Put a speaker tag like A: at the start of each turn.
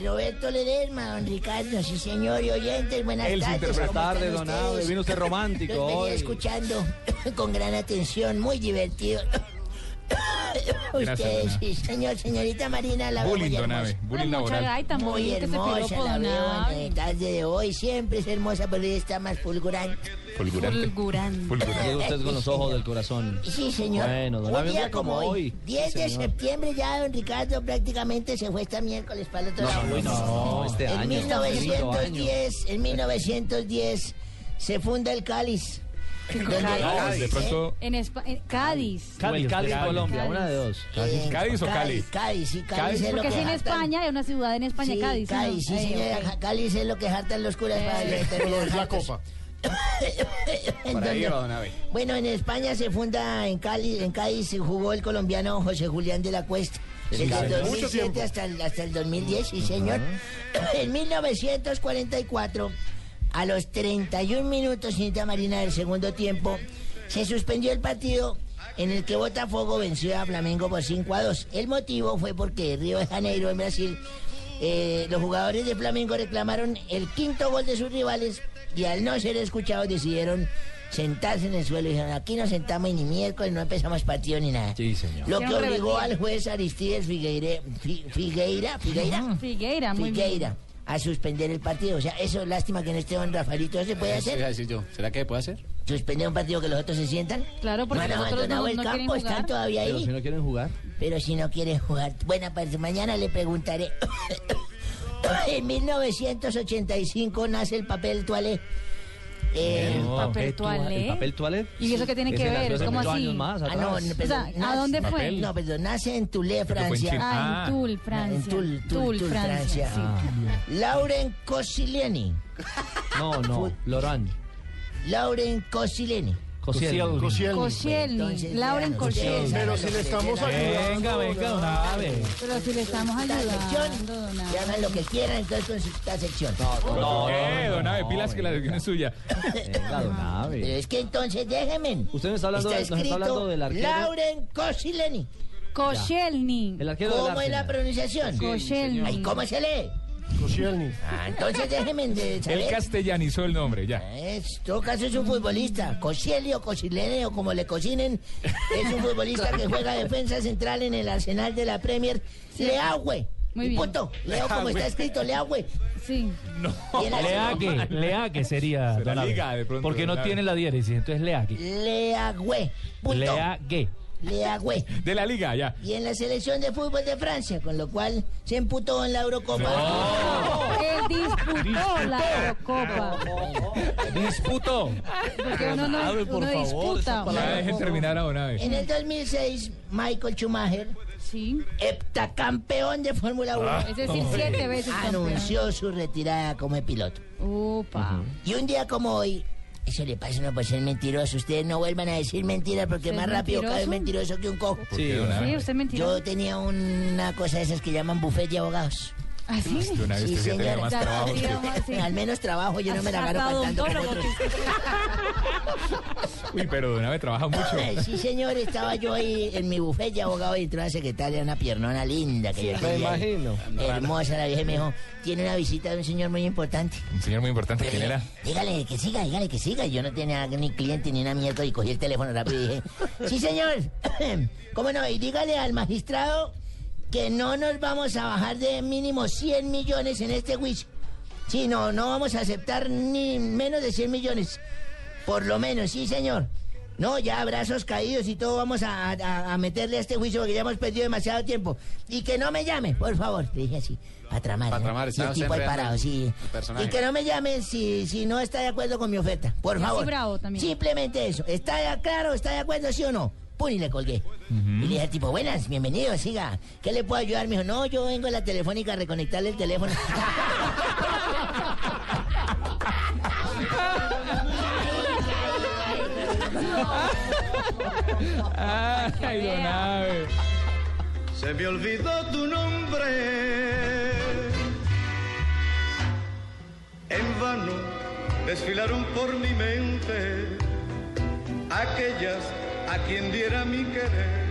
A: Roberto Lererma, don Ricardo, sí señor, y oyentes, buenas
B: El
A: tardes.
B: Sinterfresh
A: ¿cómo
B: tarde,
A: están
B: don Ave,
A: ustedes?
B: vino usted romántico
A: Los venía
B: hoy.
A: escuchando con gran atención, muy divertido.
C: Gracias,
A: Ustedes,
C: don
A: sí señor, señorita Marina, la veo
C: Bullying,
A: muy
C: don Ave.
A: hermosa.
C: Bullying
D: Ay, mucha
C: laboral.
D: gaita,
A: Muy
D: movido, que se
A: hermosa
D: piropo,
A: la
D: don
A: veo en
D: Abe.
A: el tarde de hoy, siempre es hermosa, pero hoy está más fulgurante.
C: Fulgurante.
D: Fulgurante.
C: Fulgurante.
B: Llega usted con los ojos del corazón.
A: Sí, señor.
B: Bueno, don Abe,
A: un día como hoy, 10
B: Sí,
A: de
B: señor.
A: septiembre ya don Ricardo prácticamente se fue este miércoles para el otro lado.
B: No, este
A: En
B: año. este año.
A: 1910, en 1910 se funda el cáliz. Donde-
C: No, de pronto.
D: En, Espa- en Cádiz.
B: Cádiz, Cádiz,
C: Cádiz.
B: Colombia, una de dos.
A: Eh,
C: ¿Cádiz o
A: Cádiz,
C: Cali?
A: Cádiz, sí, Cádiz.
C: Cádiz.
A: es lo
D: Porque
A: que
D: es en
A: jartan-
D: España, hay una ciudad en España,
A: Sí,
D: Cádiz. ¿no?
A: Cádiz, sí,
D: Eh,
A: señora.
D: ok.
A: Ja- Cádiz es lo que jartan los curas para
D: Eh.
A: determinar jartos.
C: Por ahí
A: Entonces,
C: va, don Abe.
A: Bueno, en España se funda en Cádiz, en Cádiz se jugó el colombiano José Julián de la Cuesta. Desde el 2007 hasta el, hasta el 2010, sí señor. En 1944, a los 31 minutos, señorita Marina, del segundo tiempo, se suspendió el partido en el que Botafogo venció a Flamengo por 5 a 2. El motivo fue porque Río de Janeiro, en Brasil, eh, los jugadores de Flamengo reclamaron el quinto gol de sus rivales y al no ser escuchados decidieron sentarse en el suelo y dijeron, aquí no sentamos ni miércoles, no empezamos partido ni nada.
B: Sí, señor.
A: Lo que
D: Hicieron
A: obligó
D: rebeldía.
A: al juez Aristides Figueire- Fi- Figueira,
B: Ah.
A: Figueira,
D: Figueira, muy
A: Figueira, a suspender el partido. O sea, eso lástima que no esté don Rafaelito. ¿Eso se puede hacer?
E: ¿Será que puede hacer?
A: ¿Suspender un partido que los otros se sientan?
D: Claro, porque
A: no han
D: los otros
A: abandonado
D: no-
A: el
D: no quieren
A: campo, están
D: jugar.
A: todavía
B: Pero
A: ahí.
B: si no quieren jugar.
A: Pero si no quiere jugar, buena parte. Mañana le preguntaré. en 1985 nace el papel toalé. Eh,
D: El papel toalé.
B: El papel toalé.
D: ¿Y eso qué tiene
B: Ese
D: que
B: nació
D: ver?
B: hace
D: ¿Cómo
B: muchos
D: así?
B: años más
A: ah, no,
B: atrás.
A: no, perdón,
D: O sea, ¿a dónde fue?
A: nace- No, perdón, nace en Tulé,
C: fue en
A: Francia.
C: Chile.
D: Ah,
C: Ah.
D: en Toul,
A: En
D: Francia.
A: Toul, Toul, Toul, Francia. Ah.
D: sí.
A: Lauren Koscielny.
B: No, no. Lorán.
A: Lauren Koscielny.
B: Cosiel.
D: Koscielny,
A: Entonces,
D: Lauren
A: vean ustedes, hagan
D: Koscielny.
F: Pero
A: lo
F: si
A: que
F: le estamos
A: quieran.
B: Venga, venga, don Abe.
D: Pero si le estamos
A: Esta sección,
D: ayudando, don
A: que hagan
D: Abe.
A: lo que quieran, entonces con su- esta sección.
B: No, no,
C: Eh,
B: no,
C: don Abe,
B: no,
C: pilas que la
B: venga.
C: sección es suya.
B: Venga, don
A: Pero
B: Abe.
A: es que entonces déjenme.
B: Usted me está hablando de- nos está hablando del arquero.
A: Lauren Koscielny.
D: Koscielny.
B: El arquero del
A: ¿Cómo es la
B: Arsenal.
A: pronunciación?
D: Koscielny.
A: Ay, ¿cómo se lee?
F: Koscielny.
A: Ah, entonces déjenme de
B: ¿Eh?
C: Él
A: saber.
C: castellanizó el nombre, ya.
A: En todo caso es un futbolista, Cosielio, Cosilene o como le cocinen, es un futbolista que juega defensa central en el Arsenal de la Premier, Leagüe.
D: Muy
A: y
D: bien.
A: punto, leo como está escrito, Leagüe.
D: Sí.
A: Y el Arsenal-
G: Leaque, leaque sería.
C: Será
G: don Abe,
C: liga, de pronto,
G: Porque
C: don
G: no
C: Abe.
G: tiene la diéresis, entonces leaque.
A: Leagüe, punto,
G: Leaque.
A: Leagüe.
C: De la liga, ya.
A: Y en la selección de fútbol de Francia, con lo cual se emputó en la Eurocopa.
D: Él disputó la Eurocopa.
B: Oh, Disputo.
D: Porque uno no
B: Abre, por
D: uno
B: favor,
D: disputa.
B: esa
C: Ya
B: palabra.
C: dejen terminar a don Abe.
A: En el 2006, Michael Schumacher,
D: Sí.
A: heptacampeón de Fórmula 1,
D: Es decir, siete veces
A: Ah,
D: campeón.
A: anunció su retirada como piloto.
D: Opa.
A: Y un día como hoy, eso le pasa a uno por ser mentiroso. Ustedes no vuelvan a decir mentiras porque
D: ¿Ser
A: más rápido cae
D: mentiroso?
A: mentiroso que un cojo.
C: Sí, don
D: Sí,
C: Abe.
D: usted
A: Yo
D: mentiroso.
A: tenía una cosa de esas que llaman buffet de abogados.
D: ¿Así?
C: Don Abe,
A: Sí,
C: usted sí ha tenido
A: señora.
C: más
D: Ya,
C: trabajo.
D: sí,
C: que-
D: vamos, sí.
A: Al menos trabajo, yo no me la
D: Hasta
A: gano cantando como
D: odontólogo,
A: otros.
C: Uy, pero don Abe trabaja mucho.
A: Sí, señor, estaba yo ahí en mi buffet de abogados y entró una secretaria, una piernona linda que yo
B: Me
A: tenía ahí.
B: imagino.
A: Hermosa la vieja y me dijo, tiene una visita de un señor muy importante.
C: Un señor muy importante, ¿quién era?
A: Dígale que siga, dígale que siga. Yo no tenía ni cliente ni una mierda y cogí el teléfono rápido y dije, sí señor, ¿cómo no? Y dígale al magistrado que no nos vamos a bajar de mínimo 100 millones en este juicio. Sí, no, no vamos a aceptar ni menos de 100 millones. Por lo menos, sí señor. No, ya brazos caídos y todo vamos a, a- a meterle a este juicio porque ya hemos perdido demasiado tiempo. Y que no me llame, por favor. Le dije así, a tramar.
E: Pa'
A: ¿no?
E: tramar,
A: Y
E: estaba
A: el tipo
E: siempre
A: ahí parado,
E: en-
A: sí.
E: personaje.
A: Y que no me llamen si, si no está de acuerdo con mi oferta. Por
D: así
A: favor.
D: bravo también.
A: Simplemente eso. ¿Está de- claro? ¿Está de acuerdo, sí o no? Pum, y le colgué. Y le dije al tipo, buenas, bienvenido, siga. ¿Qué le puedo ayudar? Me dijo, no, yo vengo a la telefónica a reconectarle el teléfono.
C: Ay, don Abe.
H: Se me olvidó tu nombre. En vano desfilaron por mi mente aquellas a quien diera mi querer.